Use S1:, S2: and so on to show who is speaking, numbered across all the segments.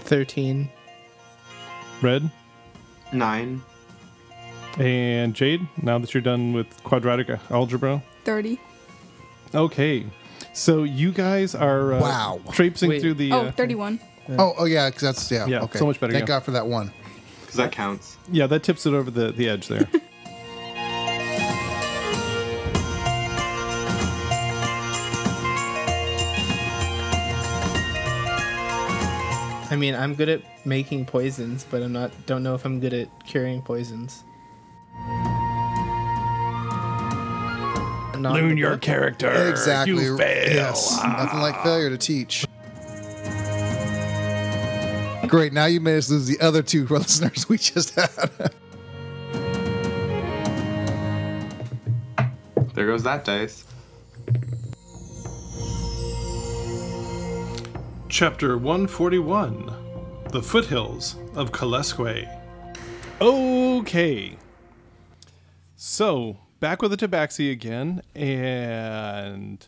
S1: 13.
S2: Red
S3: Nine.
S2: and Jade, now that you're done with quadratic algebra.
S4: 30.
S2: Okay. So you guys are uh,
S5: Wow.
S2: traipsing
S1: Wait.
S2: through the.
S4: Oh,
S2: Uh,
S4: 31.
S5: Oh, oh yeah, 'cause that's yeah.
S2: Yeah,
S5: okay.
S2: so much better,
S5: Thank
S2: yeah.
S5: God for that one.
S3: Because that counts.
S2: yeah, that tips it over the, the edge there.
S1: I mean, I'm good at making poisons, but I'm not, don't know if I'm good at curing poisons. Not in the book.
S2: character.
S5: Exactly. Yes. Nothing like failure to teach. Great. Now you made us lose the other two listeners we just had.
S3: There goes that dice.
S2: Chapter 141 The Foothills of Kalesque. Okay. So, back with the tabaxi again, and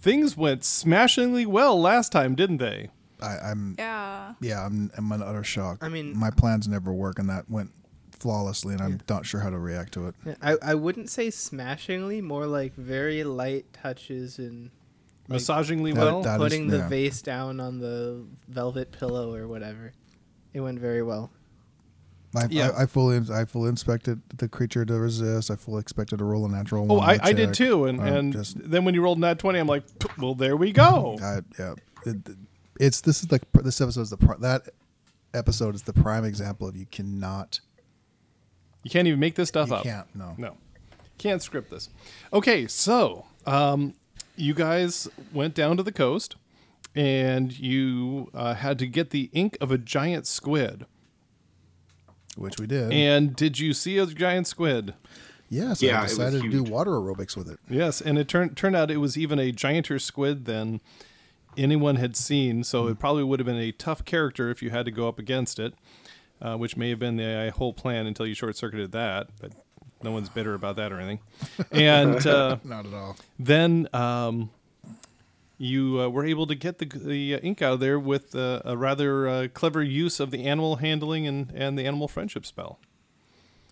S2: things went smashingly well last time, didn't they?
S5: I, I'm
S4: Yeah.
S5: yeah. I'm I'm in utter shock.
S1: I mean-
S5: my plans never work, and that went flawlessly, and I'm not sure how to react to it.
S1: I, I wouldn't say smashingly, more like very light touches and
S2: Massagingly
S5: That-
S2: well?
S5: that- is-
S1: putting the
S5: yeah.
S1: vase down on the velvet pillow or whatever. It went very well.
S5: I,
S2: Yeah.
S5: I, I fully I fully expected the creature to resist. I fully expected to roll a natural
S2: oh,
S5: one.
S2: I,
S5: to
S2: I did
S5: check.
S2: too. And,
S5: Um,
S2: and
S5: just
S2: then when you rolled nat 20, I'm like, "Pff, well, there we go.
S5: I, yeah, It- it's this is like this episode is the pri- that episode is the prime example of you cannot
S2: You can't even make this stuff
S5: you
S2: up.
S5: can't no.
S2: Uh-huh. No, can't script this. Okay, so um, you guys went down to the coast, and you uh, had to get the ink of a giant squid.
S5: which we did.
S2: And did you see a giant squid?
S5: yeah, so
S3: Yeah, it
S5: I
S3: was
S5: decided to do
S3: huge.
S5: water aerobics with it.
S2: Yes, and it turned turned out it was even a gianter squid than anyone had seen. So it probably would have been a tough character if you had to go up against it, uh, which may have been the whole plan until you short circuited that. But no one's bitter about that or anything. And uh,
S5: Not at all.
S2: then um, you uh, were able to get the, the uh, ink out of there with uh, a rather uh, clever use of the animal handling and, and the animal friendship spell.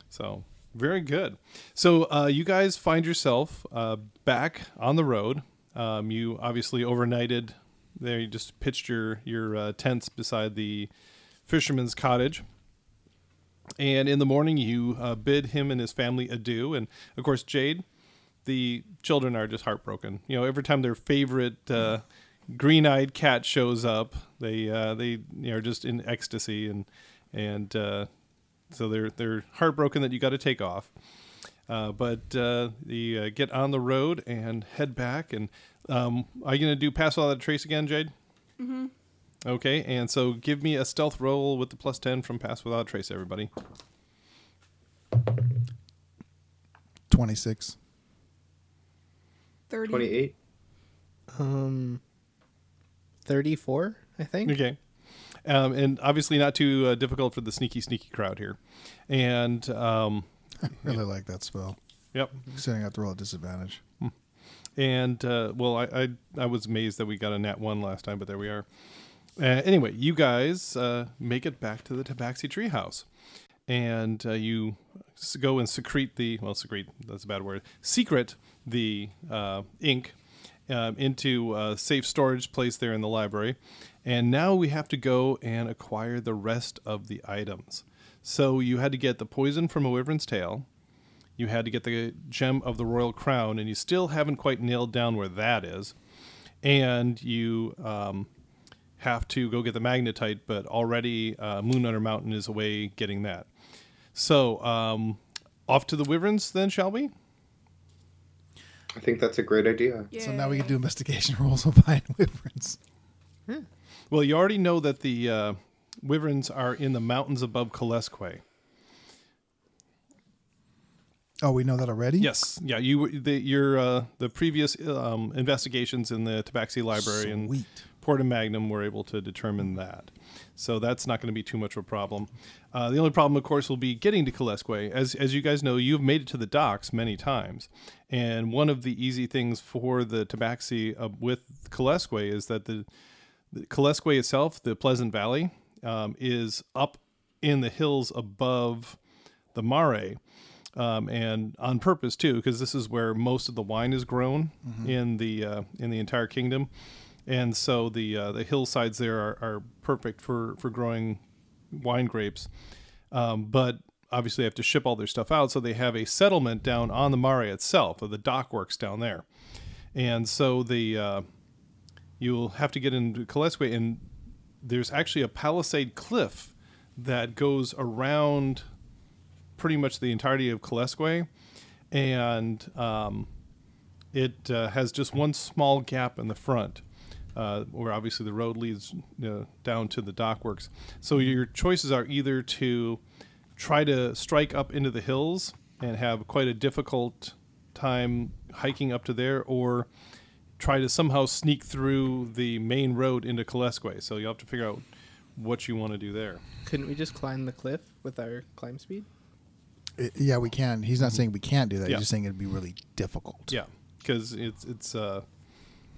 S2: So, very good. So, uh, you guys find yourself uh, back on the road. Um, you obviously overnighted there. You just pitched your, your uh, tents beside the fisherman's cottage. And in the morning, you uh, bid him and his family adieu. And of course, Jade, the children are just heartbroken. You know, every time their favorite uh, green-eyed cat shows up, they uh, they you know, are just in ecstasy, and and uh, so they're they're heartbroken that you got to take off. Uh, but uh, the uh, get on the road and head back. And um, are you gonna do pass all that trace again, Jade? Mm-hmm. Okay, and so give me a stealth roll with the plus ten from pass without trace, everybody.
S5: Twenty six.
S4: 30.
S3: 28.
S1: Um, 34, I think.
S2: Okay. Um, and obviously not too uh, difficult for the sneaky, sneaky crowd here. And um,
S5: Really like that spell.
S2: yep.
S5: Considering I have to roll at disadvantage.
S2: And uh, well, I, I I was amazed that we got a nat one last time, but there we are. Uh, anyway, you guys uh, make it back to the Tabaxi treehouse, and uh, you s- go and secrete the well, secrete that's a bad word. Secret the uh, ink um, into a safe storage place there in the library, and now we have to go and acquire the rest of the items. So you had to get the poison from a wyvern's tail you had to get the gem of the royal crown, and you still haven't quite nailed down where that is. And you um, have to go get the magnetite, but already uh, Moon Under Mountain is away getting that. So um, off to the wyverns, then, shall we?
S3: I think that's a great idea.
S5: So now we
S4: Yay.
S5: can do investigation rolls on Pine Wyverns.
S2: Well, you already know that the uh, wyverns are in the mountains above Kalesque.
S5: Oh, we know that already.
S2: Yes, yeah. You were- the, your uh, the previous um, investigations in the Tabaxi Library and
S5: Sweet.
S2: Portum Magnum were able to determine that. So that's not going to be too much of a problem. Uh, the only problem, of course, will be getting to Kalesque. As as you guys know, you've made it to the docks many times, and one of the easy things for the Tabaxi uh, with Kalesque is that the Kalesque itself, the Pleasant Valley, um, is up in the hills above the Mare, um, and on purpose too, because this is where most of the wine is grown in the uh, in the entire kingdom, and so the uh, the hillsides there are, are perfect for for growing wine grapes. Um, but obviously, they have to ship all their stuff out, so they have a settlement down on the Mare itself, or the dockworks down there, and so the uh, you'll have to get into Kalesque, and there's actually a palisade cliff that goes around pretty much the entirety of Kalesque, and um, it uh, has just one small gap in the front, uh, where obviously the road leads uh, down to the dockworks. So your choices are either to try to strike up into the hills and have quite a difficult time hiking up to there, or try to somehow sneak through the main road into Kalesque. So you'll have to figure out what you want to do there.
S1: Couldn't we just climb the cliff with our climb speed?
S5: I- yeah, we can. He's not saying we can't do that.
S2: Mm-hmm. Yeah.
S5: He's just saying it'd be really difficult.
S2: Yeah, because it's it's uh,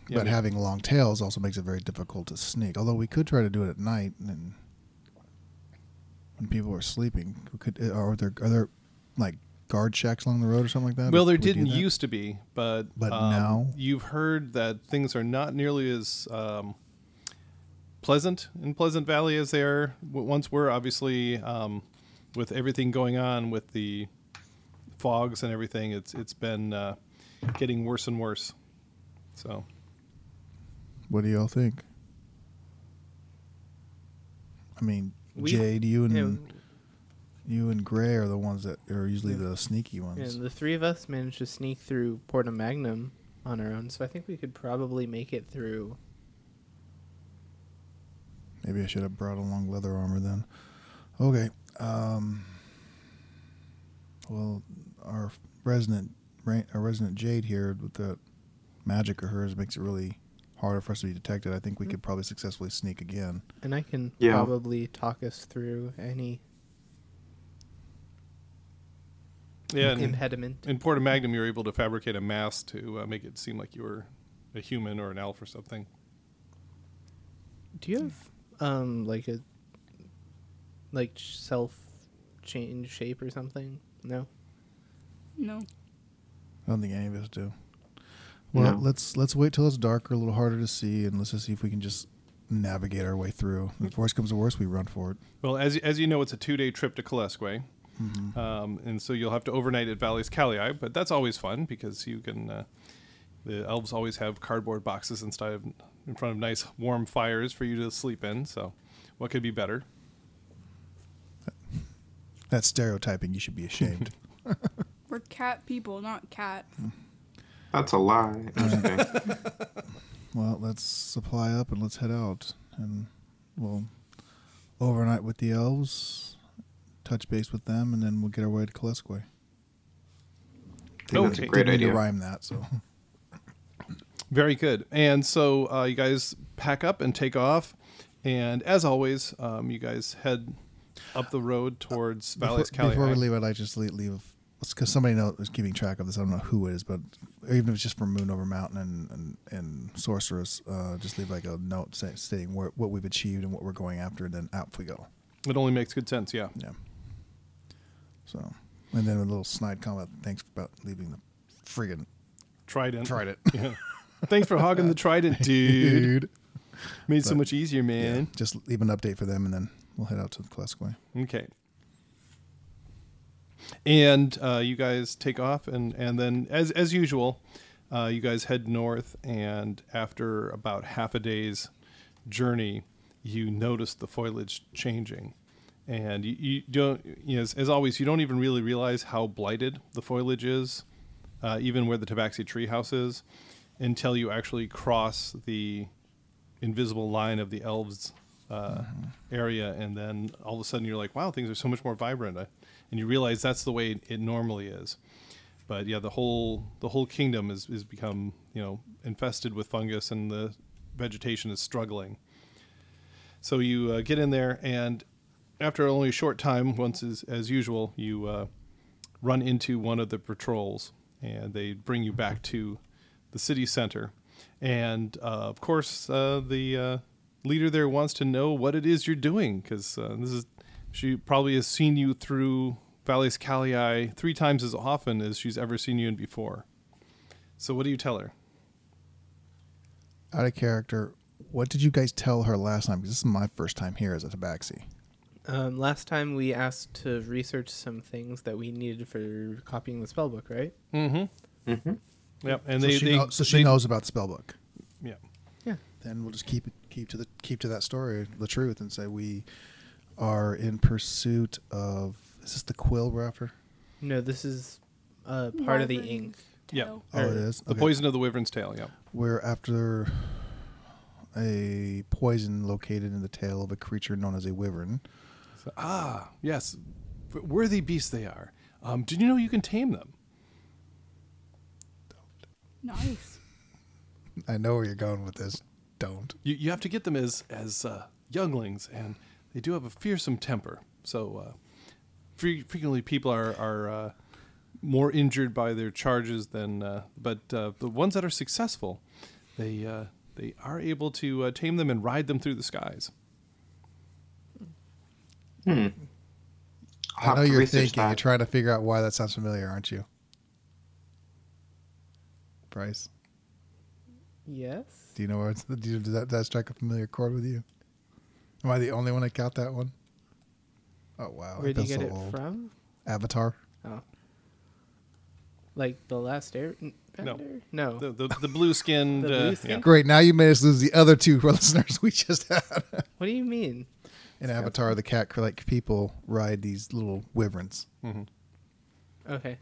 S2: yeah,
S5: But having long tails also makes it very difficult to sneak. Although we could try to do it at night and when people are sleeping, we could. uh, Are there are there like guard shacks along the road or something like that?
S2: Well, there
S5: Would we do
S2: didn't
S5: that?
S2: used to be, but um,
S5: But now?
S2: you've heard that things are not nearly as um, pleasant in Pleasant Valley as they are w- once were. Obviously, um, with everything going on with the fogs and everything, it's it's been uh, getting worse and worse. So
S5: What do y'all think? I mean,
S1: We-
S5: Jade, you and
S1: Yeah,
S5: you and Gray are the ones that are usually the sneaky ones.
S1: and the three of us managed to sneak through Porta Magnum on our own, so I think we could probably make it through.
S5: Maybe I should have brought along leather armor then. Okay. Um, well, our resident ra- our resident Jade here with that magic of hers makes it really harder for us to be detected. I think we could probably successfully sneak again.
S1: And I can
S3: Yeah.
S1: probably talk us through any
S2: yeah, and
S1: impediment.
S2: in Porta Magnum, you were able to fabricate a mask to uh, make it seem like you were a human or an elf or something.
S1: Do you have um like a like self change shape or something? No.
S4: No.
S5: I don't think any of us do. Well,
S3: No.
S5: let's let's wait till it's darker, a little harder to see, and let's just see if we can just navigate our way through. If worst comes to worst, we run for it.
S2: Well, as as you know, it's a two day trip to Kalesque, um, and so you'll have to overnight at Valley's Calii. But that's always fun because you can. Uh, the elves always have cardboard boxes instead of in front of nice warm fires for you to sleep in. So, what could be better?
S5: That's stereotyping. You should be ashamed.
S4: We're cat people, not cat.
S3: That's a lie. I'm just kidding.
S5: Well, let's supply up and let's head out. And we'll overnight with the elves, touch base with them, and then we'll get our way to Kalesque.
S3: I think that's
S2: Okay.
S3: a great
S5: Oh, Didn't mean
S3: idea.
S5: to rhyme that, so.
S2: Very good. And so uh, you guys pack up and take off, and as always, um, you guys head up the road towards Valley's
S5: before,
S2: Calii.
S5: before we leave, I'd like to just leave, leave because somebody knows, is keeping track of this. I don't know who it is, but even if it's just from Moon Over Mountain and and, and Sorceress, uh, just leave like a note say, stating where, what we've achieved and what we're going after, and then out we go.
S2: It only makes good sense. Yeah.
S5: Yeah. So, and then a little snide comment. Thanks about leaving the friggin'
S2: Trident.
S5: trident,
S2: Yeah. Thanks for hogging the trident, dude. Made it so
S5: But-
S2: much easier, man.
S5: Just leave an update for them, and then we'll head out to the classic way.
S2: Okay. And uh, you guys take off, and and then as as usual, uh, you guys head north. And after about half a day's journey, you notice the foliage changing, and you, you don't. You know, as, as always, you don't even really realize how blighted the foliage is, uh, even where the Tabaxi treehouse is, until you actually cross the invisible line of the elves uh, area, and then all of a sudden you're like, "Wow, things are so much more vibrant," I- and you realize that's the way it normally is. But yeah, the whole the whole kingdom is is become you know infested with fungus, and the vegetation is struggling. So you uh, get in there, and after only a short time, once as, as usual, you uh, run into one of the patrols, and they bring you back to the city center. And uh, of course, uh, the uh, leader there wants to know what it is you're doing, because uh, this is she probably has seen you through Valles Calii three times as often as she's ever seen you in before. So what do you tell her?
S5: Out of character, what did you guys tell her last time? Because this is my first time here as a tabaxi.
S1: Um, last time we asked to research some things that we needed for copying the spellbook, right?
S2: Yep, and
S5: so
S2: they,
S5: she,
S2: they
S5: know- so she
S2: they-
S5: knows about the spellbook.
S2: Yeah.
S1: Yeah.
S5: Then we'll just keep it keep to the keep to that story, the truth, and say we are in pursuit of. Is this the quill wrapper?
S1: No, this is uh, part of the
S4: Wyvern's
S1: ink.
S2: Yeah.
S4: tail.
S5: Oh, it
S1: Or
S5: is.
S2: Uh, The
S5: Okay.
S2: poison of the wyvern's tail. Yeah.
S5: We're after a poison located in the tail of a creature known as a wyvern.
S2: So- ah, yes, W- worthy beasts they are. Um, did you know you can tame them?
S4: Nice.
S5: I know where you're going with this. Don't.
S2: You, you have to get them as as uh, younglings, and they do have a fearsome temper. So uh, fre- frequently, people are are uh, more injured by their charges than. Uh, but uh, the ones that are successful, they uh, they are able to uh, tame them and ride them through the skies.
S3: I'll
S5: I
S3: have
S5: know
S3: to
S5: you're
S3: research
S5: thinking. You're
S3: that.
S5: trying to figure out why that sounds familiar, aren't you? Bryce,
S1: Yes.
S5: do you know where it's, do you, does, that, does that strike a familiar chord with you? Am I the only one that got that one? Oh wow!
S1: Where
S5: I've
S1: do you
S5: been
S1: get
S5: so
S1: it
S5: old.
S1: from?
S5: Avatar.
S1: Oh. Like the last air? n-
S2: No.
S1: Bender? No.
S2: The the, the blue skinned.
S1: The
S2: uh, yeah.
S1: blue-skinned?
S5: Great. Now you made us lose the other two listeners we just had.
S1: What do you mean?
S5: In Avatar, the cat like people ride these little wyverns.
S1: Okay.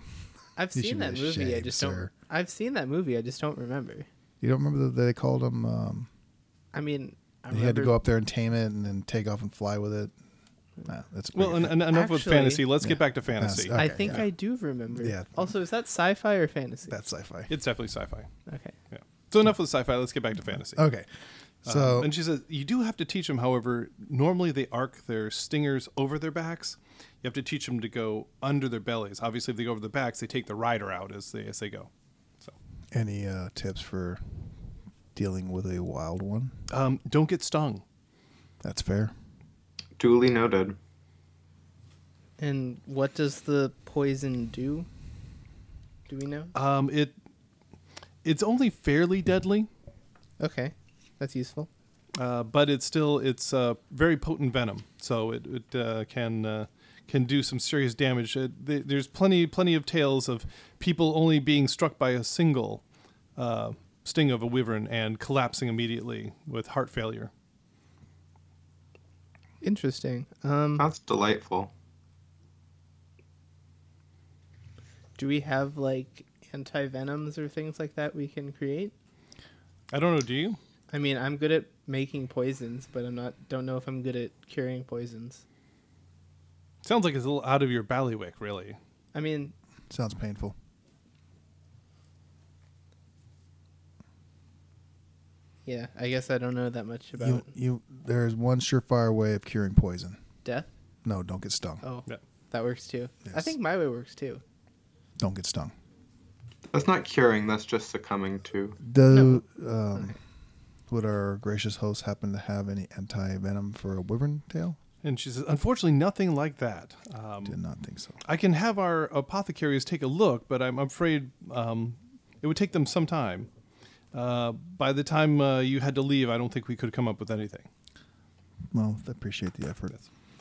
S1: I've
S5: You should
S1: seen
S5: be
S1: that movie. I
S5: ashamed,
S1: just
S5: sir.
S1: don't. I've seen that movie. I just don't remember.
S5: You don't remember that they called them? Um,
S1: I mean, I
S5: they had to
S1: remember-
S5: go up there and tame it, and then take off and fly with it. Nah, that's
S2: Well,
S5: weird.
S2: en- en- enough with
S1: Actually-
S2: fantasy. Let's get back to fantasy.
S5: Yes, uh,
S1: I
S5: Okay,
S1: think
S5: yeah.
S1: I do remember.
S5: Yeah.
S1: Also, is that sci-fi or fantasy?
S5: that's sci-fi.
S2: It's definitely sci-fi.
S1: okay.
S2: Yeah. So enough with sci-fi. Let's get back to fantasy.
S5: Okay, so
S2: Um, and she says you do have to teach them. However, normally they arc their stingers over their backs. You have to teach them to go under their bellies. Obviously, if they go over the backs, they take the rider out as they as they go. So
S5: any uh, tips for dealing with a wild one?
S2: um, don't get stung.
S5: That's fair.
S3: Duly noted.
S1: And what does the poison do? Do we know?
S2: Um, it it's only fairly deadly,
S1: Okay, that's useful.
S2: uh, but it's still it's uh, very potent venom. So it, it uh, can uh, can do some serious damage. Uh, th- there's plenty plenty of tales of people only being struck by a single uh, sting of a wyvern and collapsing immediately with heart failure.
S1: Interesting. Um,
S3: That's delightful.
S1: do we have like anti venoms or things like that we can create?
S2: I don't know. Do you?
S1: I mean, I'm good at making poisons, but I'm not. Don't know if I'm good at curing poisons.
S2: Sounds like it's a little out of your ballywick, really.
S1: I mean,
S5: Sounds painful.
S1: yeah. I guess I don't know that much about
S5: You, you, there is one surefire way of curing poison.
S1: death.
S5: No, don't get stung.
S1: Oh,
S2: Yeah.
S1: that works too. I
S5: Yes.
S1: think my way works too.
S5: Don't get stung.
S3: That's not curing, that's just succumbing to.
S5: Do um, would our gracious host happen to have any anti venom for a wyvern tail?
S2: And she says, unfortunately, nothing like that. Um,
S5: Did not think so.
S2: I can have our apothecaries take a look, but I'm afraid um, it would take them some time. Uh, by the time uh, you had to leave, I don't think we could come up with anything.
S5: Well, I appreciate the effort.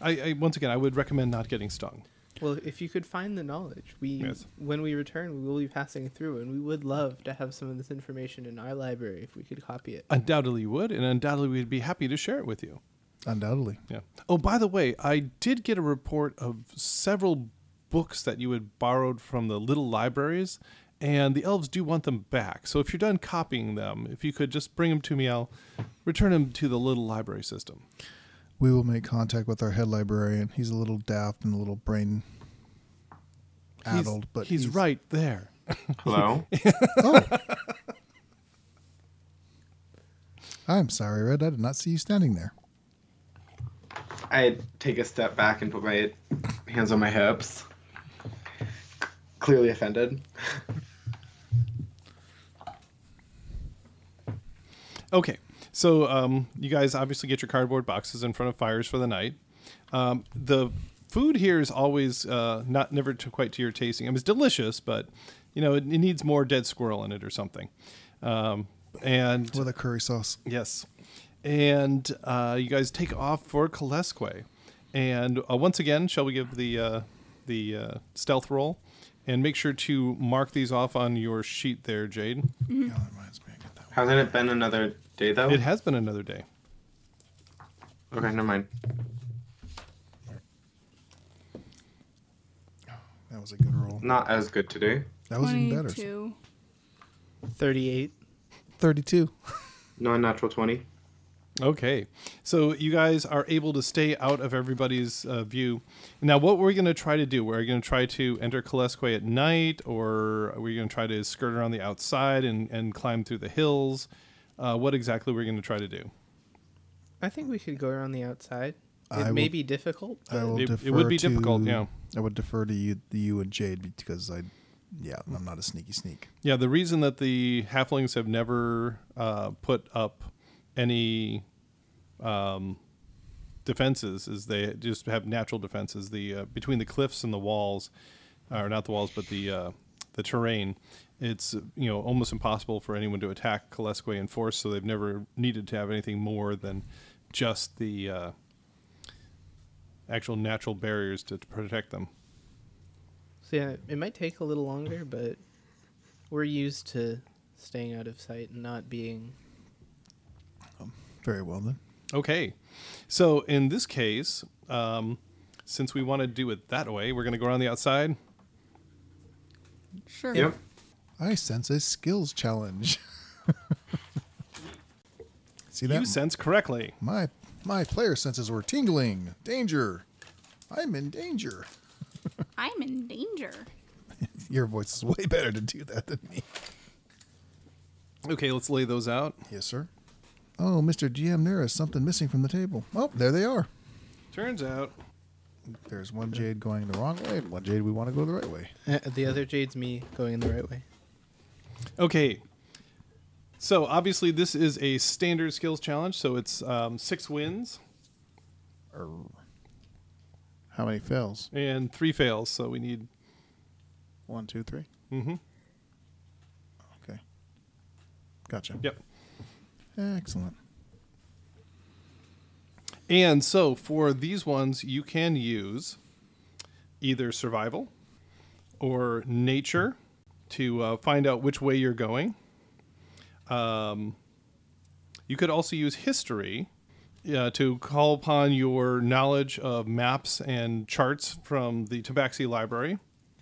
S2: I, I once again, I would recommend not getting stung.
S1: Well, if you could find the knowledge, we
S2: Yes.
S1: when we return, we will be passing through, and we would love to have some of this information in our library if we could copy it.
S2: Undoubtedly, you would, and undoubtedly, we'd be happy to share it with you.
S5: Undoubtedly.
S2: Yeah. Oh, by the way, I did get a report of several books that you had borrowed from the little libraries, and the elves do want them back. So if you're done copying them, if you could just bring them to me, I'll return them to the little library system.
S5: We will make contact with our head librarian. He's a little daft and a little brain
S2: He's-
S5: addled, but
S2: he's, right there.
S3: Hello?
S5: Oh. I'm sorry, Red. I did not see you standing there.
S3: I take a step back and put my hands on my hips. Clearly offended.
S2: Okay, so um, you guys obviously get your cardboard boxes in front of fires for the night. Um, the food here is always uh, not never to quite to your tasting. I mean, it's delicious, but you know it, it needs more dead squirrel in it or something. Um, and
S5: With a curry sauce.
S2: Yes. And uh, you guys take off for Kalesque. And uh, once again, shall we give the uh, the uh, stealth roll? And make sure to mark these off on your sheet there, Jade.
S5: Yeah, that reminds me. I got that one.
S3: Hasn't it been another day though?
S2: It has been another day.
S3: okay, never mind.
S5: That was a good roll.
S3: Not as good today.
S5: That was even better.
S4: 22.
S1: 38.
S5: 32.
S3: Non natural 20.
S2: Okay, so you guys are able to stay out of everybody's uh, view. Now, what we're going to try to do? We're going to try to enter Kalesque at night, or are we going to try to skirt around the outside and, and climb through the hills? Uh, what exactly we're going to try to do?
S1: I think we should go around the outside. It
S5: I
S1: may
S5: will-
S1: be difficult.
S5: I will
S2: It-
S5: defer
S2: it would be
S5: to-
S2: difficult, yeah.
S5: I would defer to you, you and Jade because I, yeah, I'm not a sneaky sneak.
S2: Yeah, the reason that the halflings have never uh, put up any um, defenses is they just have natural defenses. The uh, between the cliffs and the walls, or not the walls, but the uh, the terrain, it's you know almost impossible for anyone to attack Kalesque in force. So they've never needed to have anything more than just the uh, actual natural barriers to, to protect them.
S1: So yeah, it might take a little longer, but we're used to staying out of sight and not being.
S5: Very well then.
S2: Okay. So in this case, um, since we want to do it that way, we're going to go around the outside.
S4: Sure.
S3: Yep.
S5: I sense a skills challenge. See that?
S2: You sense correctly.
S5: my my player senses were tingling. Danger. I'm in danger.
S4: I'm in danger.
S5: Your voice is way better to do that than me.
S2: Okay, let's lay those out.
S5: Yes, sir. Oh, Mr. GM, there is something missing from the table. Oh, there they are.
S2: Turns out,
S5: There's one jade going the wrong way, and one jade we want to go the right way.
S1: Uh, the other jade's me going in the right way.
S2: okay. So obviously, this is a standard skills challenge, so it's um, six wins
S5: How many fails?
S2: and three fails. So we need.
S5: One, two, three.
S2: Mm-hmm.
S5: Okay. Gotcha.
S2: Yep.
S5: Excellent.
S2: And so for these ones, you can use either survival or nature to uh, find out which way you're going. Um, you could also use history uh, to call upon your knowledge of maps and charts from the Tabaxi Library.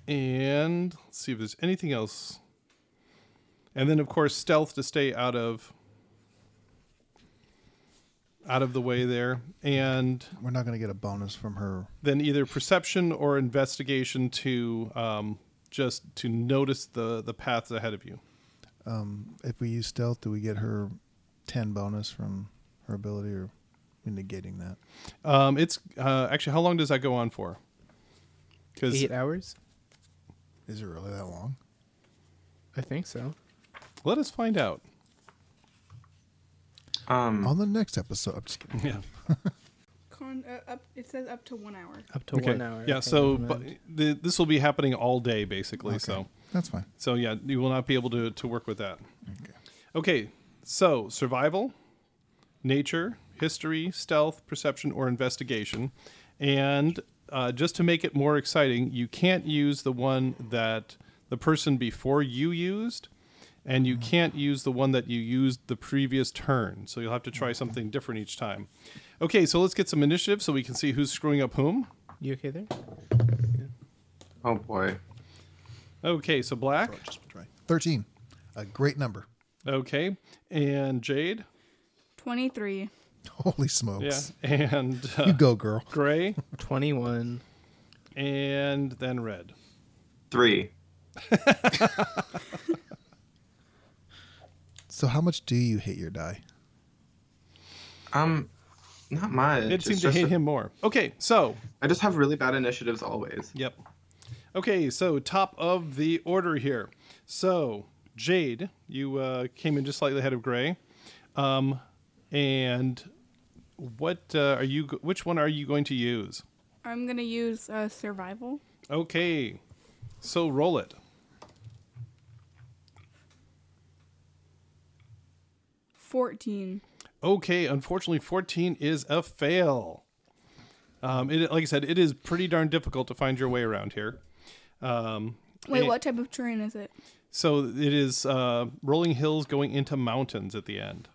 S2: And let's see if there's anything else. And then, of course, stealth to stay out of out of the way there. And
S5: We're not going to get a bonus from her.
S2: then either perception or investigation to um, just to notice the the paths ahead of you.
S5: If we use stealth, do we get her 10 bonus from her ability, or we negating that?
S2: Um, it's uh, actually how long does that go on for? Because
S1: Eight hours?
S5: Is it really that long?
S1: I think so.
S2: let us find out. Mm.
S3: Um,
S5: On the next episode. I'm just kidding.
S2: Yeah.
S4: Con, uh, up, it says up to one hour.
S1: Up to
S2: Okay.
S1: one hour.
S2: Yeah.
S1: okay,
S2: So
S1: never
S2: but
S1: mind.
S2: the, this will be happening all day basically.
S5: Okay.
S2: So
S5: That's fine.
S2: so yeah, you will not be able to to work with that.
S5: Okay.
S2: Okay. So survival, nature, history, stealth, perception, or investigation. And uh, just to make it more exciting, you can't use the one that the person before you used, and you
S5: Mm-hmm.
S2: can't use the one that you used the previous turn. So you'll have to
S5: Mm-hmm.
S2: try something different each time. Okay, so let's get some initiative so we can see who's screwing up whom.
S1: You okay there?
S3: oh boy.
S2: Okay, so Black.
S5: Throw it just right. 13. A great number.
S2: Okay, and Jade.
S4: 23.
S5: Holy smokes.
S2: Yeah, and
S5: You
S2: uh,
S5: go, girl.
S2: Gray,
S1: 21.
S2: and then Red.
S3: Three.
S5: So how much do you hit your die?
S3: Um, not much.
S2: It
S3: It's
S2: seemed to
S3: just
S2: hit
S3: a-
S2: him more. Okay, so
S3: I just have really bad initiatives always.
S2: Yep. Okay, so top of the order here. So Jade, you uh, came in just slightly ahead of Gray, um, and what uh, are you? go- Which one are you going to use?
S4: I'm gonna use uh, survival.
S2: Okay, so roll it.
S4: Fourteen.
S2: Okay, unfortunately, fourteen is a fail. Um, it, like I said, it is pretty darn difficult to find your way around here. Um,
S4: Wait,
S2: and-
S4: what type of terrain is it?
S2: So it is uh, rolling hills going into mountains at the end.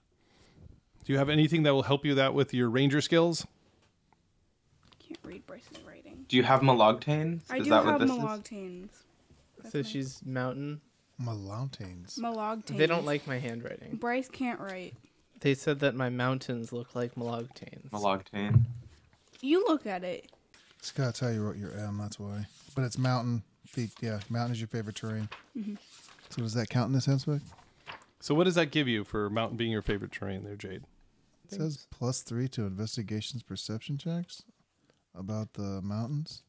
S2: Do you have anything that will help you that with your ranger skills?
S4: Can't read Bryson's writing.
S3: Do you have Malogtanes?
S4: I
S3: Is
S4: do
S3: that what
S4: have
S3: this is?
S4: malogtanes.
S1: So she's mountain.
S5: Malontains.
S4: Malogtanes.
S1: They don't like my handwriting.
S4: Bryce can't write.
S1: They said that my mountains look like malogtanes.
S3: Malogtane.
S4: You look at it.
S5: Scott's how you wrote your M. That's why. But it's mountain. The, yeah, mountain is your favorite terrain.
S2: Mm-hmm.
S5: So does that count in this aspect?
S2: So what does that give you for mountain being your favorite terrain there, Jade?
S5: It says plus three to investigations, perception checks about the mountains.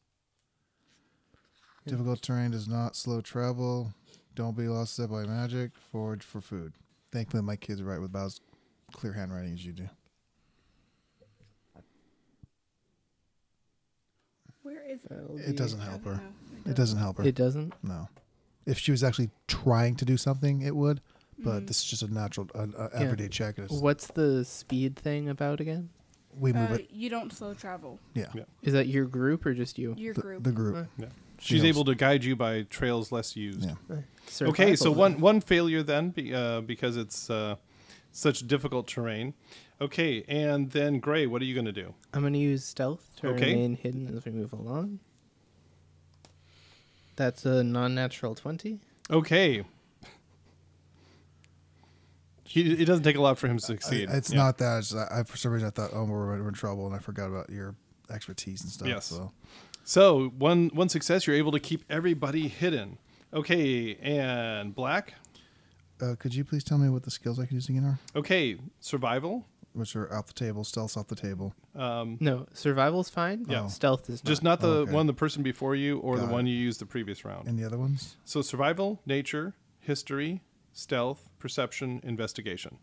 S5: Difficult terrain does not slow travel. Don't be lost set by magic. Forage for food. Thankfully, my kids write with about as clear handwriting as you do.
S4: Where is it?
S1: That'll
S5: It
S1: be-
S5: doesn't help her.
S4: No,
S5: It doesn't help her.
S1: It doesn't.
S5: No. If she was actually trying to do something, it would.
S4: Mm-hmm.
S5: But this is just a natural, an uh, everyday check. It's,
S1: What's the speed thing about again?
S5: we move
S4: Uh,
S5: it.
S4: you don't slow travel.
S5: Yeah.
S2: yeah. Uh,
S1: Is that your group or just you?
S4: Your
S5: The,
S4: group.
S5: the group.
S2: Yeah. She's
S5: knows.
S2: able to guide you by trails less used.
S5: Yeah.
S2: Okay, so
S1: Survival.
S2: one one failure then be- uh, because it's uh, such difficult terrain. Okay, and then Gray, what are you going to do?
S1: I'm gonna use stealth to
S2: Okay.
S1: remain hidden as we move along. That's a non-natural twenty.
S2: Okay. He, it doesn't take a lot for him to
S5: I-
S2: succeed.
S5: Uh, it's
S2: Yeah.
S5: not that. It's, I, I- for some reason, I thought, oh, we're, we're in trouble, and I forgot about your expertise and stuff.
S2: Yes.
S5: So
S2: So one one success, you're able to keep everybody hidden. Okay, and black.
S5: Uh, could you please tell me what the skills I can use again are?
S2: Okay, survival.
S5: Which are off the table, stealth's off the table.
S1: No, survival's fine.
S2: Mm. Yeah.
S1: stealth is not.
S2: Just not the
S5: Okay.
S2: one the person before you or the
S5: Got
S2: one you used the previous round.
S5: And the other ones?
S2: so survival, nature, history, stealth, perception, investigation.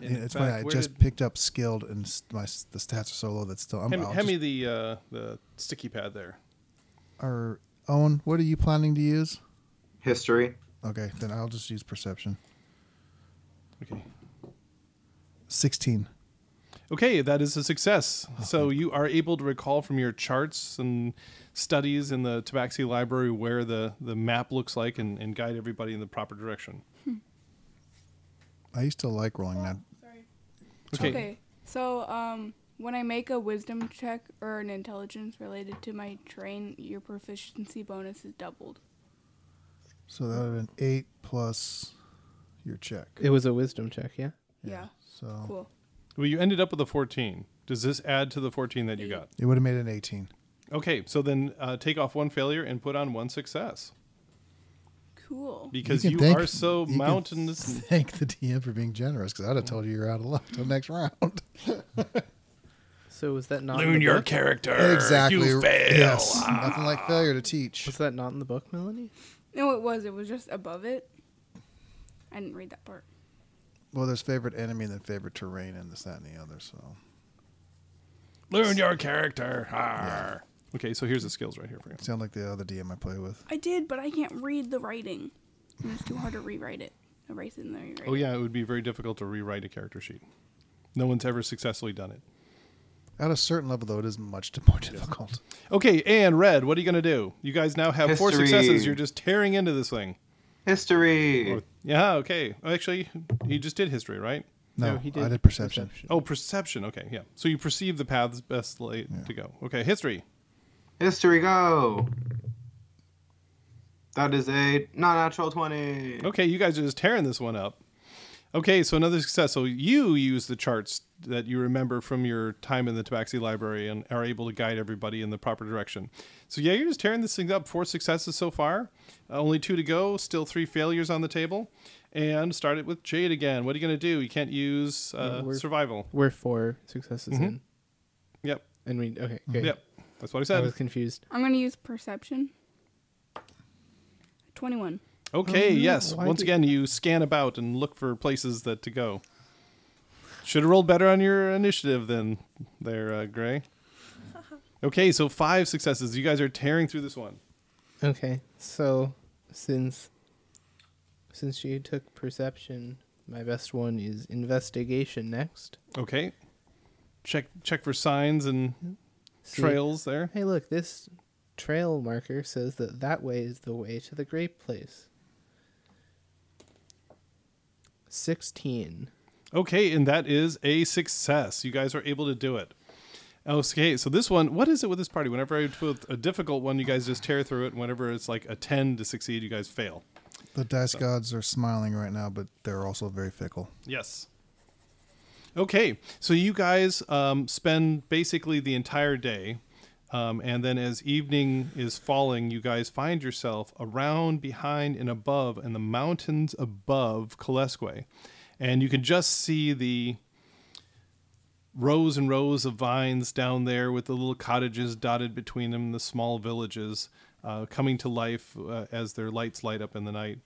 S2: In fact,
S5: it's funny. I
S2: where
S5: just
S2: did-
S5: picked up skilled, and s- my s- the stats are so low that still. I'm
S2: hand,
S5: I'll
S2: hand me
S5: just-
S2: the uh, the sticky pad there.
S5: or Owen, what are you planning to use?
S3: History.
S5: Okay, then I'll just use perception.
S2: Okay.
S5: Sixteen.
S2: Okay, that is a success. So Oh, you are able to recall from your charts and studies in the Tabaxi Library where the, the map looks like and, and guide everybody in the proper direction.
S5: I used to like rolling that.
S4: Sorry.
S2: Okay.
S4: Okay. So, um, when I make a wisdom check or an intelligence related to my terrain, your proficiency bonus is doubled.
S5: So that would have been eight plus your check.
S1: It was a wisdom check. Yeah.
S4: Yeah.
S5: So
S4: Cool.
S2: Well, you ended up with a 14. Does this add to the 14 that you got?
S5: it would have made it an eighteen.
S2: Okay, so then uh, take off one failure and put on one success
S4: Cool.
S2: because
S5: can
S2: you,
S5: thank-
S2: are so
S5: you can
S2: mountainous.
S5: Thank the DM for being generous, because I'd have told you you're out of luck till next round.
S1: So was that not? in
S2: Learn
S1: the
S2: your
S1: book?
S2: character.
S5: Er, exactly.
S2: You fail.
S5: Yes. Nothing like failure to teach.
S1: Was that not in the book, Melanie?
S4: No, it was. It was just above it. I didn't read that part.
S5: Well, there's favorite enemy and then favorite terrain and this, that, and the other. So
S2: Learn your character. Arr. Okay, so here's the skills right here for you.
S5: sound like the other DM I play with.
S4: I did, but I can't read the writing. And it's too hard to rewrite it. Erase it and then rewrite
S2: Oh
S4: it.
S2: yeah, it would be very difficult to rewrite a character sheet. No one's ever successfully done it.
S5: At a certain level, though, it is much more difficult.
S2: Okay, and Red, what are you gonna do? You guys now have four
S3: History.
S2: successes. You're just tearing into this thing.
S3: History.
S2: Yeah. Okay. Actually, you just did history, right?
S5: No,
S1: he did
S5: I did perception.
S2: Oh, perception. Okay. Yeah. So you perceive the paths best late to go. Okay. History.
S3: History go. That is a non natural 20.
S2: Okay, you guys are just tearing this one up. Okay, so another success. So you use the charts that you remember from your time in the Tabaxi Library and are able to guide everybody in the proper direction. So yeah, you're just tearing this thing up. Four successes so far, uh, only two to go. Still three failures on the table, and start it with Jade again. What are you gonna do? You can't use uh,
S1: we're-
S2: survival.
S1: We're four successes in,
S2: Yep,
S1: and we okay. Good.
S2: yep. That's what I
S1: I
S2: said.
S1: was confused.
S4: I'm gonna use perception. Twenty-one.
S2: Okay,
S1: Oh, no.
S2: yes.
S1: Why
S2: Once
S1: did-
S2: again, you scan about and look for places that to go. Should have rolled better on your initiative then, there, uh, Gray. Okay, so five successes. You guys are tearing through this one.
S1: Okay, so since since you took perception, my best one is investigation next.
S2: Okay. Check check for signs and
S1: See-
S2: trails there.
S1: Hey, look, this trail marker says that that way is the way to the grape place. 16.
S2: Okay, and that is a success. You guys are able to do it. Okay, so this one, what is it with this party? Whenever I put a difficult one, you guys just tear through it. Whenever it's like a 10 to succeed, you guys fail.
S5: The dice gods are smiling right now, but they're also very fickle.
S2: Yes. Okay, so you guys um, spend basically the entire day, um, and then as evening is falling, you guys find yourself around, behind, and above, and the mountains above Kalesque. And you can just see the rows and rows of vines down there with the little cottages dotted between them, the small villages uh, coming to life uh, as their lights light up in the night.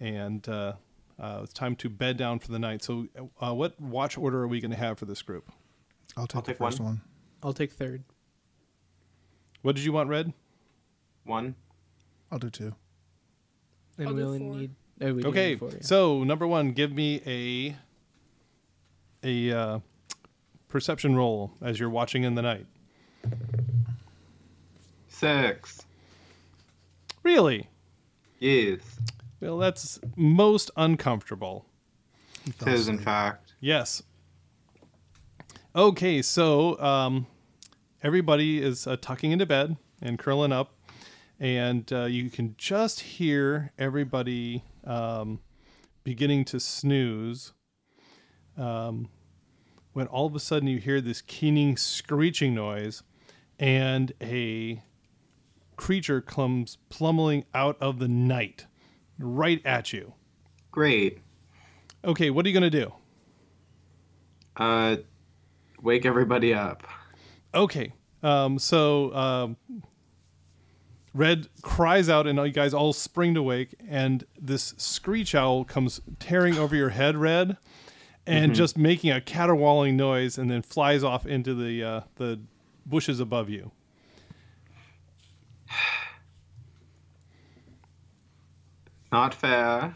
S2: And uh, uh, it's time to bed down for the night. So, uh, what watch order are we going to have for this group?
S5: I'll take
S3: I'll
S5: the
S3: take
S5: first
S3: one.
S5: one.
S1: I'll take third.
S2: What did you want, Red?
S3: One.
S5: I'll do two.
S1: And
S4: I'll do
S1: we only
S4: four.
S1: need. Oh, we do
S2: okay,
S1: need four, yeah.
S2: so number one, give me a a uh, perception roll as you're watching in the night.
S3: Six.
S2: Really?
S3: Yes.
S2: Well, that's most uncomfortable.
S5: He fell
S3: Tis in
S5: asleep.
S3: fact.
S2: Yes. Okay, so um, everybody is uh, tucking into bed and curling up, and uh, you can just hear everybody um, beginning to snooze. Um, when all of a sudden you hear this keening, screeching noise, and a creature comes plummeting out of the night, right at you.
S3: Great.
S2: Okay, what are you gonna do?
S3: Uh, wake everybody up.
S2: Okay. Um, so um, Red cries out, and you guys all spring to wake, and this screech owl comes tearing over your head, Red, and just making a caterwauling noise, and then flies off into the uh, the bushes above you.
S3: Not fair.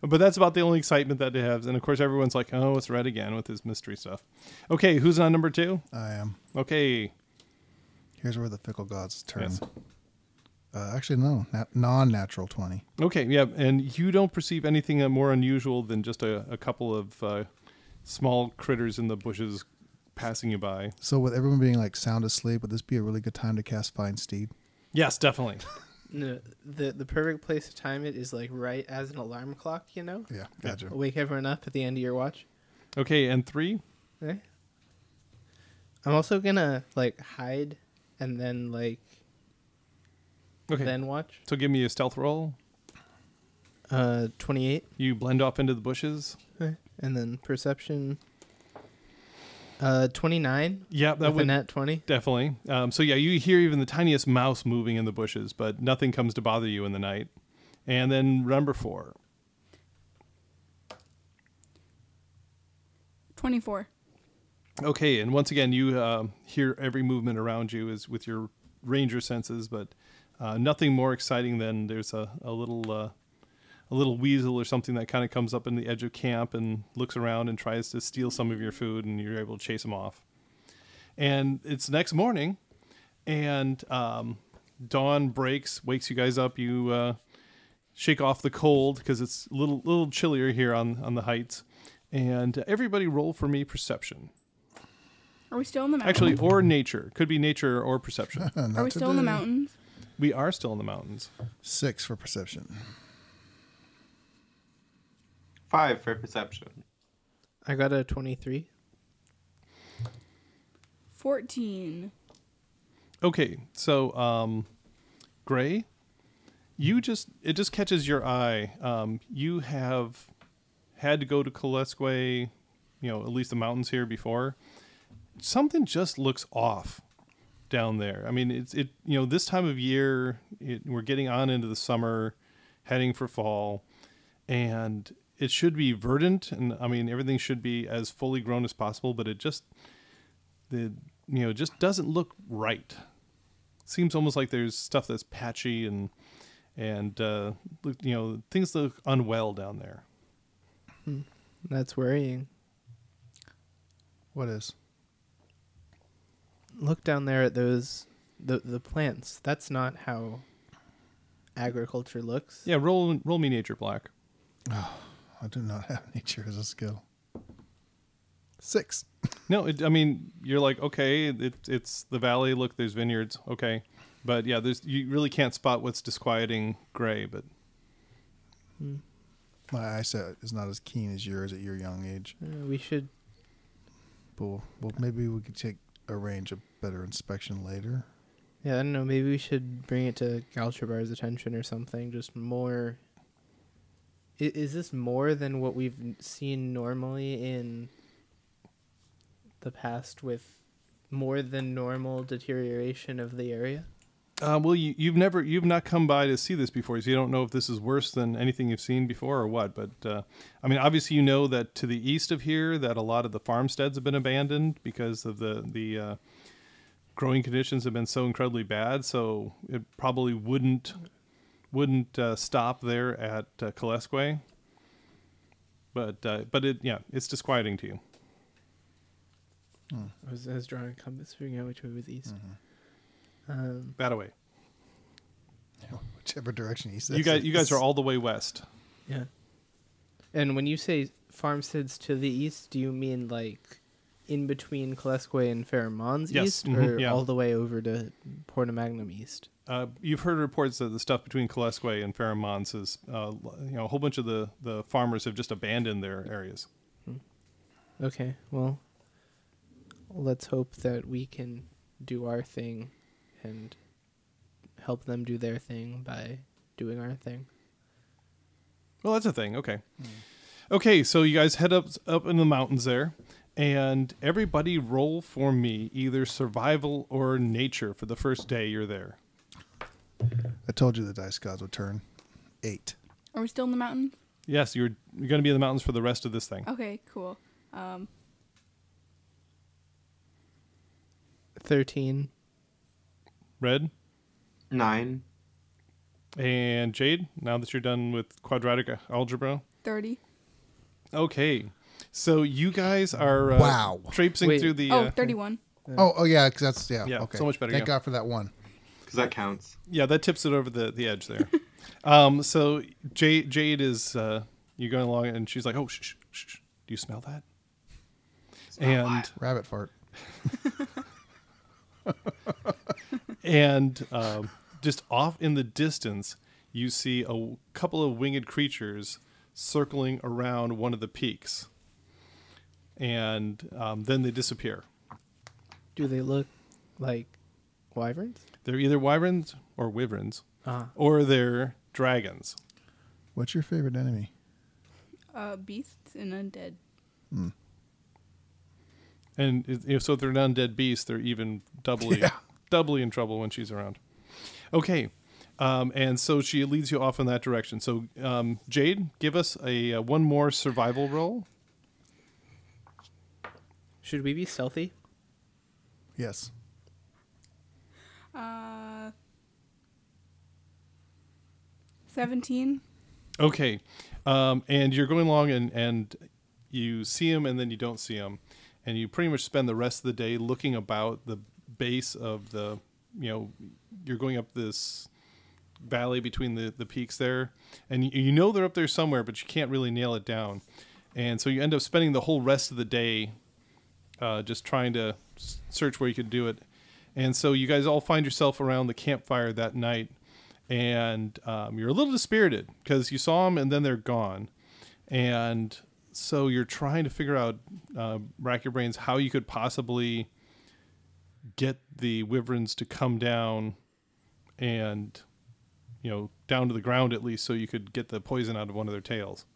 S2: But that's about the only excitement that it has, and of course everyone's like, "Oh, it's Red again with his mystery stuff." Okay, who's on number two?
S5: I am.
S2: Okay,
S5: Here's where the fickle gods turn.
S2: Yes.
S5: Uh, actually, no, na- non-natural twenty.
S2: Okay, yeah, and you don't perceive anything uh, more unusual than just a, a couple of uh, small critters in the bushes passing you by.
S5: So with everyone being like sound asleep, would this be a really good time to cast Fine Steed?
S2: Yes, definitely.
S1: No, the, the perfect place to time it is like right as an alarm clock, you know?
S5: Yeah, gotcha.
S1: Wake everyone up at the end of your watch.
S2: okay, and three.
S1: Okay. I'm also gonna like hide and then like
S2: Okay,
S1: then watch.
S2: so give me a stealth roll.
S1: Uh 28.
S2: You blend off into the bushes.
S1: Okay. And then perception. Uh, twenty nine.
S2: Yeah, that would
S1: at twenty.
S2: definitely. Um, so yeah, you hear even the tiniest mouse moving in the bushes, but nothing comes to bother you in the night. And then number four.
S4: Twenty-four.
S2: Okay, and once again, you uh, hear every movement around you is with your ranger senses, but uh, nothing more exciting than there's a, a little uh, a little weasel or something that kind of comes up in the edge of camp and looks around and tries to steal some of your food, and you're able to chase him off. And it's next morning, and um, dawn breaks, wakes you guys up. You uh, shake off the cold because it's a little little chillier here on on the heights. And uh, everybody, roll for me perception.
S4: Are we still in the mountains?
S2: Actually, or nature. Could be nature or perception.
S5: Uh,
S4: are
S5: not
S4: we still in the
S5: today.
S4: mountains?
S2: we are still in the mountains.
S5: Six for perception.
S3: five for perception.
S1: I got a 23.
S4: 14.
S2: Okay, so um, Gray, you just it just catches your eye. Um, you have had to go to Kolesque, you know, at least the mountains here before. Something just looks off down there. I mean, it's it you know this time of year it, we're getting on into the summer, heading for fall, and it should be verdant and I mean everything should be as fully grown as possible. But it just the you know just doesn't look right. Seems almost like there's stuff that's patchy and and uh, look, you know things look unwell down there.
S1: That's worrying.
S5: What is?
S1: Look down there at those the the plants. That's not how agriculture looks.
S2: Yeah, roll roll me nature black.
S5: I do not have nature as a skill. Six.
S2: No, it, I mean you're like okay, it, it's the valley. Look, there's vineyards. Okay, but yeah, there's you really can't spot what's disquieting Gray, but
S5: My eyesight is not as keen as yours at your young age.
S1: Uh, we should
S5: But we'll, well, maybe we could take arrange a better inspection later.
S1: yeah, I don't know, maybe we should bring it to Galchabar's attention or something. Just more I- is this more than what we've n- seen normally in the past with more than normal deterioration of the area?
S2: uh, well, you, you've never you've not come by to see this before, so you don't know if this is worse than anything you've seen before or what. But uh, I mean, obviously you know that to the east of here, that a lot of the farmsteads have been abandoned because of the the uh, growing conditions have been so incredibly bad. So it probably wouldn't wouldn't uh, stop there at uh, Kalesque. But uh, but it yeah, it's disquieting to you.
S1: I was, I was drawing a compass, figuring out which way was east.
S2: Mm-hmm.
S1: Um,
S2: That away.
S5: Whichever direction he says.
S2: You guys
S5: it
S2: you guys
S5: is.
S2: are all the way west.
S1: yeah. And when you say farmsteads to the east, do you mean like in between Kalesque and Pheromones
S2: Yes,
S1: east,
S2: mhm,
S1: or
S2: yeah.
S1: all the way over to Porta Magnum east?
S2: Uh, you've heard reports that the stuff between Kalesque and Pheromones is, uh, you know, a whole bunch of the, the farmers have just abandoned their areas.
S1: Okay, well, let's hope that we can do our thing and help them do their thing by doing our thing.
S2: Well, that's a thing. Okay. Okay, so you guys head up up in the mountains there, and everybody roll for me either survival or nature for the first day you're there.
S5: I told you the dice gods would turn. Eight.
S4: Are we still in the mountains?
S2: Yes, you're you're going to be in the mountains for the rest of this thing.
S4: Okay, cool. Um,
S1: 13.
S2: Red
S3: Nine.
S2: and Jade. Now that you're done with quadratic uh, algebra,
S4: 30.
S2: okay. So you guys are uh,
S5: Wow.
S2: traipsing
S1: Wait.
S2: through the
S4: Oh,
S2: uh,
S4: 31.
S5: Oh, oh yeah, because that's yeah.
S2: Yeah,
S5: okay.
S2: so much better,
S5: Thank
S2: yeah.
S5: God for that one.
S3: Because that counts.
S2: yeah, that tips it over the, the edge there. um, so Jade, Jade is uh, you're going along, and she's like, "Oh, shh, shh, shh, shh. do you smell that?"
S3: Oh,
S2: and
S5: Rabbit fart.
S2: and um, just off in the distance, you see a w- couple of winged creatures circling around one of the peaks, and um, then they disappear.
S1: Do they look like wyverns?
S2: They're either wyverns or wyverns,
S1: Ah.
S2: or they're dragons.
S5: What's your favorite enemy?
S4: Uh, beasts and undead.
S2: And if- if so, if they're an undead beast, they're even doubly doubly in trouble when she's around. Okay, um, and so she leads you off in that direction. So um, Jade, give us a uh, one more survival roll.
S1: Should we be stealthy?
S5: Yes.
S4: Uh, 17.
S2: Okay, um, and you're going along, and and you see him, and then you don't see him, and you pretty much spend the rest of the day looking about the base of the, you know, you're going up this valley between the the peaks there, and you, you know they're up there somewhere, but you can't really nail it down, and so you end up spending the whole rest of the day, uh, just trying to s- search where you could do it, and so you guys all find yourself around the campfire that night and um, you're a little dispirited because you saw them and then they're gone and so you're trying to figure out uh, rack your brains how you could possibly get the wyverns to come down and you know down to the ground at least so you could get the poison out of one of their tails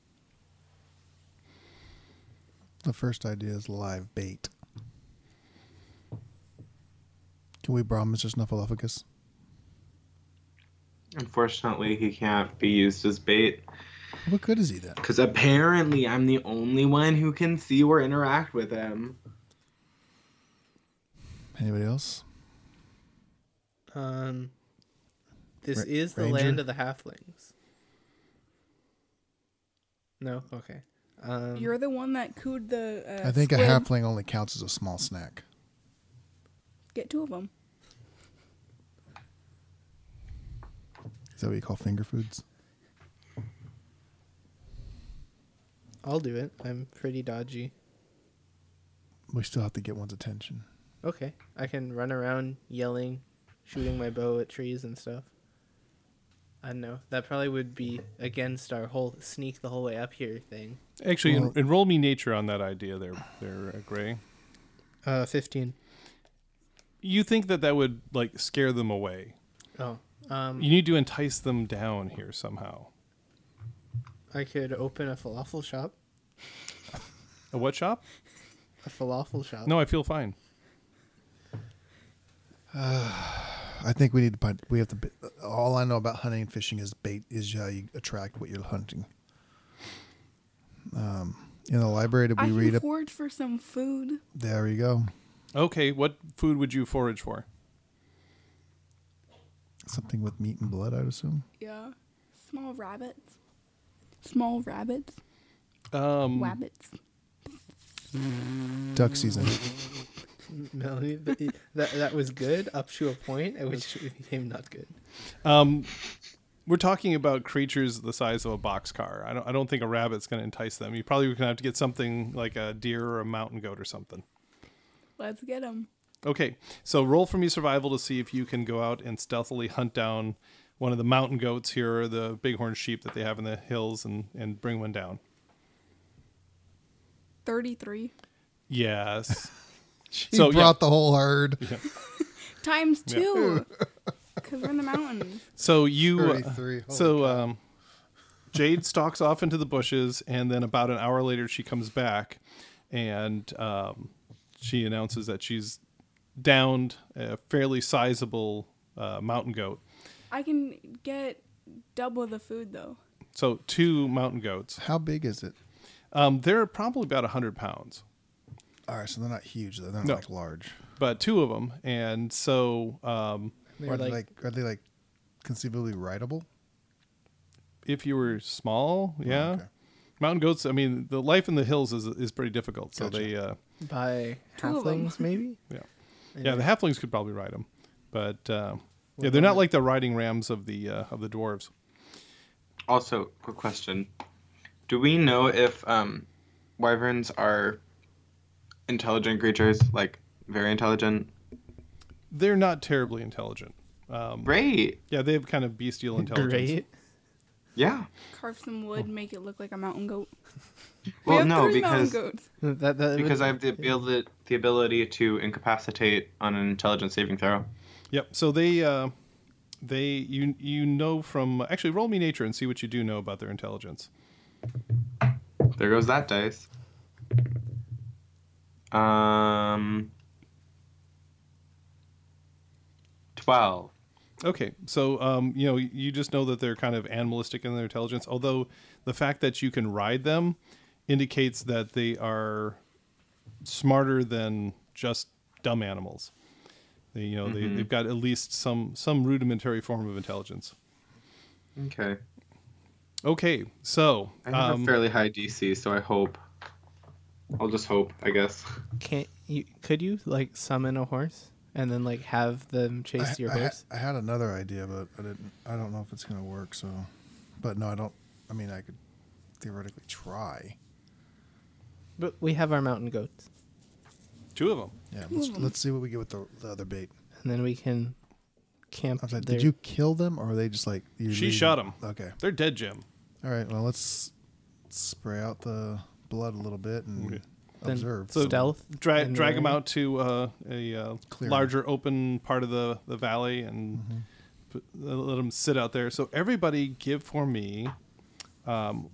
S5: The first idea is live bait. Can we brawl Mr. Snuffleupagus?
S3: Unfortunately, he can't be used as bait
S5: What good is he then?
S3: because apparently I'm the only one who can see or interact with him.
S5: Anybody else?
S1: Um, this
S5: Ra-
S1: is the
S5: Ranger?
S1: land of the halflings. No, okay. Um,
S4: You're the one that cooed the. Uh,
S5: I think a
S4: squid.
S5: halfling only counts as a small snack.
S4: Get two of them.
S5: Is that what you call finger foods?
S1: I'll do it. I'm pretty dodgy.
S5: We still have to get one's attention.
S1: Okay, I can run around yelling, shooting my bow at trees and stuff. I don't know. That probably would be against our whole sneak the whole way up here thing.
S2: actually en-
S5: Well-
S2: enroll me nature on that idea there there uh, gray
S1: Uh, fifteen.
S2: you think that that would like scare them away
S1: Oh, um,
S2: you need to entice them down here somehow
S1: I could open a falafel shop.
S2: a what shop
S1: A falafel shop.
S2: no i feel fine
S5: I think we need to. Bite, we have to. bi- All I know about hunting and fishing is bait is how you attract what you're hunting. Um, in the library, did
S4: I
S5: we
S4: can
S5: read? A,
S4: forage for some food.
S5: there we go.
S2: okay what food would you forage for
S5: Something with meat and blood, I'd assume.
S4: Yeah. Small rabbits. Small rabbits.
S2: um
S4: Rabbits.
S5: Duck season.
S1: Melanie, but it- that that was good up to a point at which it became not good.
S2: Um, we're talking about creatures the size of a boxcar. I don't. I don't think a rabbit's going to entice them. You probably going to have to get something like a deer or a mountain goat or something.
S4: Let's get them.
S2: Okay, so roll for me survival to see if you can go out and stealthily hunt down one of the mountain goats here or the bighorn sheep that they have in the hills and and bring one down.
S4: 33.
S2: Yes.
S5: She
S2: So, yeah.
S5: brought the whole herd.
S4: Times two. Because we're in the mountains.
S2: So you. uh,
S5: 33, holy
S2: so um, Jade stalks off into the bushes, and then about an hour later, she comes back, and um, she announces that she's downed a fairly sizable uh, mountain goat.
S4: I can get double the food, though.
S2: So two mountain goats.
S5: How big is it?
S2: Um, they're probably about hundred pounds.
S5: All right, so they're not huge. Though. They're not
S2: No.
S5: like large.
S2: But two of them, and so um,
S1: They
S5: are
S1: were
S5: they
S1: like,
S5: like are they like conceivably rideable?
S2: if you were small, yeah,
S5: okay.
S2: mountain goats. I mean, the life in the hills is is pretty difficult. So
S5: Gotcha.
S2: they, uh,
S1: by
S4: Two of 'em.
S1: halflings, maybe.
S2: yeah.
S1: And
S2: Yeah,
S1: I-
S2: the halflings could probably ride them, but um, yeah, they're not like the riding rams of the uh, of the dwarves.
S3: Also, quick question: Do we know if um, wyverns are intelligent creatures, like very intelligent?
S2: They're not terribly intelligent. Um,
S3: Great.
S2: yeah, they have kind of bestial intelligence.
S1: Great.
S3: Yeah.
S4: Carve some wood, make it look like a mountain goat. we
S3: Well,
S4: have
S3: no,
S4: three mountain
S3: because
S4: goats.
S1: That, that
S3: because
S1: would-
S3: I have the ability the ability to incapacitate on an intelligence saving throw.
S2: Yep. So they uh, they you you know from actually roll me nature and see what you do know about their intelligence.
S3: There goes that dice. Um. Twelve.
S2: Okay, so um, you know you just know that they're kind of animalistic in their intelligence. Although the fact that you can ride them indicates that they are smarter than just dumb animals. They, you know they, they've got at least some some rudimentary form of intelligence.
S3: Okay.
S2: Okay, so
S3: I have
S2: um,
S3: a fairly high DC, so I hope. I'll just hope, I guess.
S1: can't you? Could you like summon a horse and then like have them chase your
S5: I, ha-
S1: horse?
S5: I had another idea, but I didn't. I don't know if it's gonna work. So, but no, I don't. I mean, I could theoretically try.
S1: But we have our mountain goats,
S2: two of them.
S5: Yeah, let's
S1: Hmm.
S5: let's see what we get with the, the other bait.
S1: and then we can camp.
S5: I'm sorry,
S1: there.
S5: did you kill them, or are they just like you?
S2: She shot 'em.
S5: Okay,
S2: They're dead, Jim.
S5: all right. Well, let's spray out the blood a little bit and
S2: Okay.
S1: Then
S5: observe.
S2: So-
S1: stealth.
S2: Dra-
S1: and
S2: drag them
S1: then-
S2: out to uh, a uh,
S5: Clear.
S2: larger open part of the, the valley and put, uh, let them sit out there. So everybody give for me, um,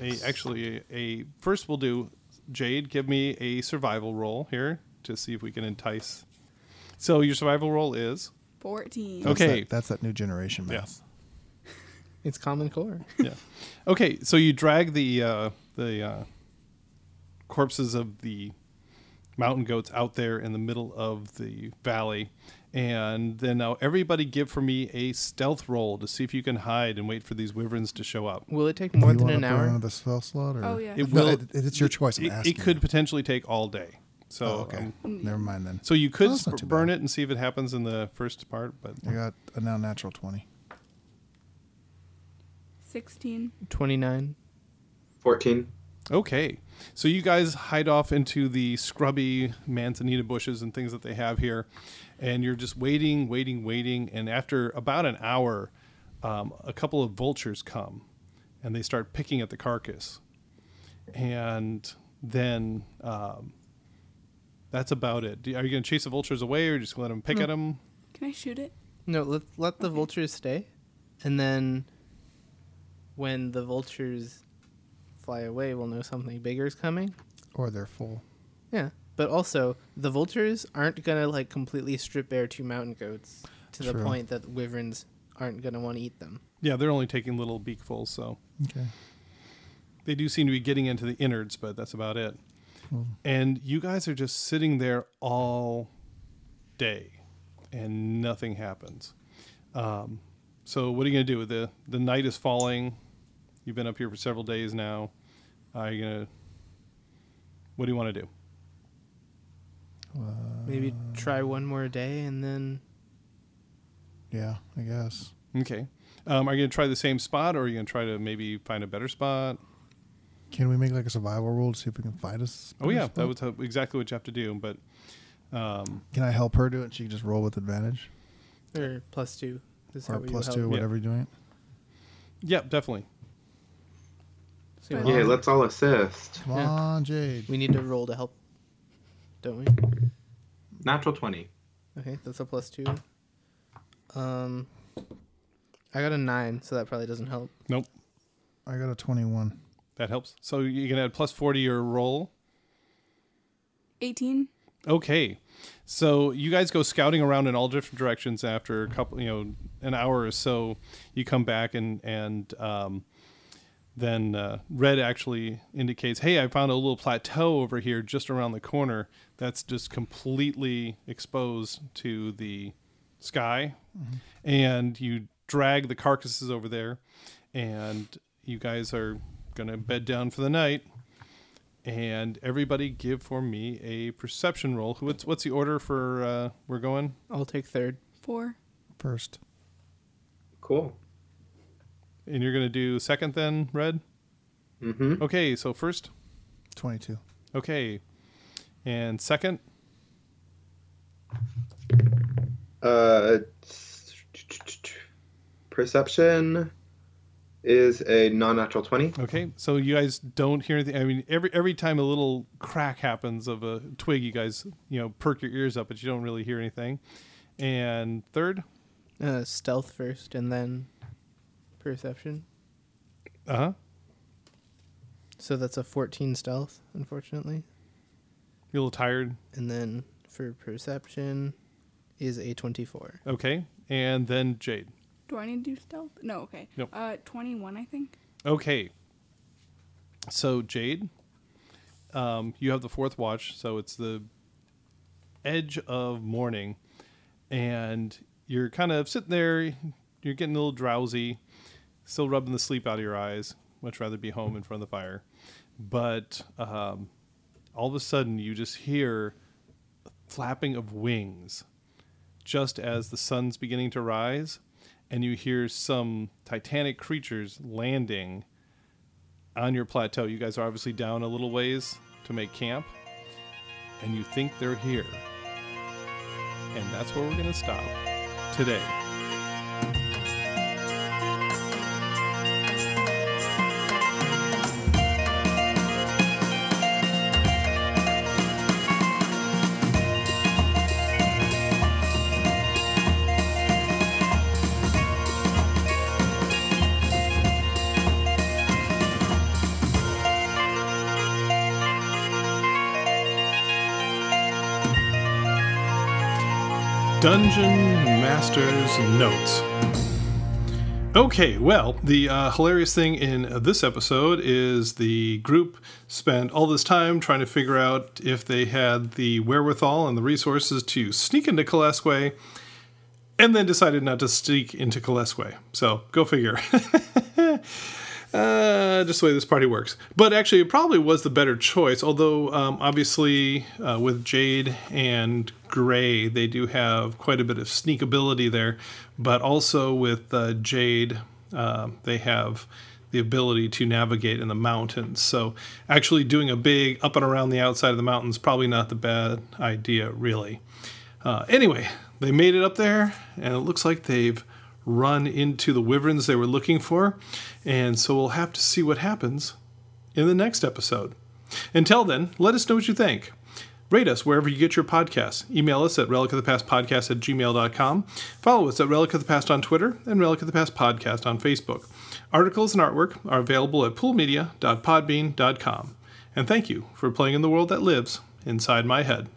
S2: a actually a, a first we'll do Jade give me a survival roll here to see if we can entice. So your survival roll is
S4: 14.
S5: That's
S2: Okay.
S5: that- that's that new generation. man.
S2: yes.
S1: It's common core.
S2: yeah. Okay, so you drag the uh, the uh, corpses of the mountain goats out there in the middle of the valley, and then now everybody give for me a stealth roll to see if you can hide and wait for these wyverns to show up.
S1: Will it take
S5: Do
S1: more
S5: you
S1: than
S5: wanna
S1: an
S5: put her
S1: hour?
S5: Another spell slot, or
S4: Oh, yeah.
S2: It
S5: No,
S2: will.
S5: it- it's your choice. I'm
S2: It, it
S5: asking
S2: could
S5: you.
S2: potentially take all day. So
S5: Oh, okay.
S2: um,
S5: Never mind then.
S2: so you could
S5: Well, that's not
S2: sp-
S5: too
S2: burn
S5: bad.
S2: it and see if it happens in the first part, but
S5: I got a now natural twenty.
S4: 16.
S1: Twenty nine.
S3: 14.
S2: Okay. So you guys hide off into the scrubby manzanita bushes and things that they have here, and you're just waiting, waiting, waiting. And after about an hour, um, a couple of vultures come, and they start picking at the carcass, and then um, that's about it. Do- Are you going to chase the vultures away, or just let them pick at 'em? at them?
S4: Can I shoot it?
S1: No, let let the vultures stay, and then when the vultures fly away, we'll know something bigger is coming.
S5: Or they're full.
S1: Yeah, but also the vultures aren't gonna like completely strip bare two mountain goats to the
S5: True.
S1: point that wyverns aren't gonna want to eat them.
S2: Yeah, they're only taking little beakfuls, so
S5: Okay.
S2: they do seem to be getting into the innards, but that's about it.
S5: Well,
S2: And you guys are just sitting there all day and nothing happens. Um, so, what are you going to do? The, the night is falling. You've been up here for several days now. Are you going to. What do you want to do?
S5: uh,
S1: Maybe try one more day and then
S5: Yeah, I guess.
S2: Okay. Um, are you going to try the same spot or are you going to try to maybe find a better spot?
S5: Can we make like a survival roll to see if we can find us?
S2: Oh, yeah. That was how- exactly what you have to do. But um,
S5: Can I help her do it? and She can just roll with advantage
S1: or plus two. Is
S5: or
S1: how we
S5: plus
S1: help.
S5: two, whatever you're doing.
S2: yeah, definitely.
S1: So
S4: Yeah,
S1: we-
S3: Yeah, let's all assist.
S5: Come
S1: Yeah.
S5: on, Jade.
S1: we need to roll to help, don't we?
S3: Natural 20.
S1: Okay, that's a plus two. Um, I got a nine, so that probably doesn't help.
S2: Nope.
S5: I got a twenty-one.
S2: That helps. So, you can add plus 40 to your roll.
S4: 18.
S2: Okay, so you guys go scouting around in all different directions. After a couple, you know, an hour or so, you come back and and um, then uh, Red actually indicates, "Hey, I found a little plateau over here, just around the corner. That's just completely exposed to the sky, and you drag the carcasses over there, and you guys are gonna bed down for the night." and everybody give for me a perception roll. Who- What's what's the order for uh, we're going?
S1: I'll take third.
S4: 4.
S5: First,
S3: Cool.
S2: And you're gonna do second then, Red.
S3: Mm-hmm.
S2: Okay, so first,
S5: twenty-two.
S2: okay, and second,
S3: Uh, perception is a non-natural 20.
S2: okay. So you guys don't hear anything. I mean, every every time a little crack happens of a twig, you guys you know perk your ears up, but you don't really hear anything. And third,
S1: Uh, stealth first, and then perception.
S2: uh huh.
S1: So that's a fourteen stealth, unfortunately.
S2: You're a little tired.
S1: And then for perception, is a twenty-four.
S2: Okay, and then Jade.
S4: Do I need to do stealth? No, okay.
S2: Nope.
S4: Uh, 21, I think.
S2: Okay. So Jade, um, you have the fourth watch, so it's the edge of morning, and you're kind of sitting there. You're getting a little drowsy, still rubbing the sleep out of your eyes. Much rather be home in front of the fire, but um, all of a sudden you just hear flapping of wings just as the sun's beginning to rise, and you hear some titanic creatures landing on your plateau. You guys are obviously down a little ways to make camp, and you think they're here. And that's where we're going to stop today. Dungeon Master's Notes. Okay, well, the uh, hilarious thing in this episode is the group spent all this time trying to figure out if they had the wherewithal and the resources to sneak into Kalesque, and then decided not to sneak into Kalesque. So, go figure. uh, just the way this party works. But actually, it probably was the better choice. Although, um, obviously, uh, with Jade and Gray, they do have quite a bit of sneak ability there. But also with uh, Jade, uh, they have the ability to navigate in the mountains. So, actually, doing a big up and around the outside of the mountains probably not the bad idea, really. Uh, anyway, they made it up there, and it looks like they've run into the wyverns they were looking for. And so we'll have to see what happens in the next episode. Until then, let us know what you think. Rate us wherever you get your podcasts. Email us at relic of the past podcast at gmail.com. Follow us at relic of the past on Twitter and relic of the past podcast on Facebook. Articles and artwork are available at poolmedia.podbean.com. And thank you for playing in the world that lives inside my head.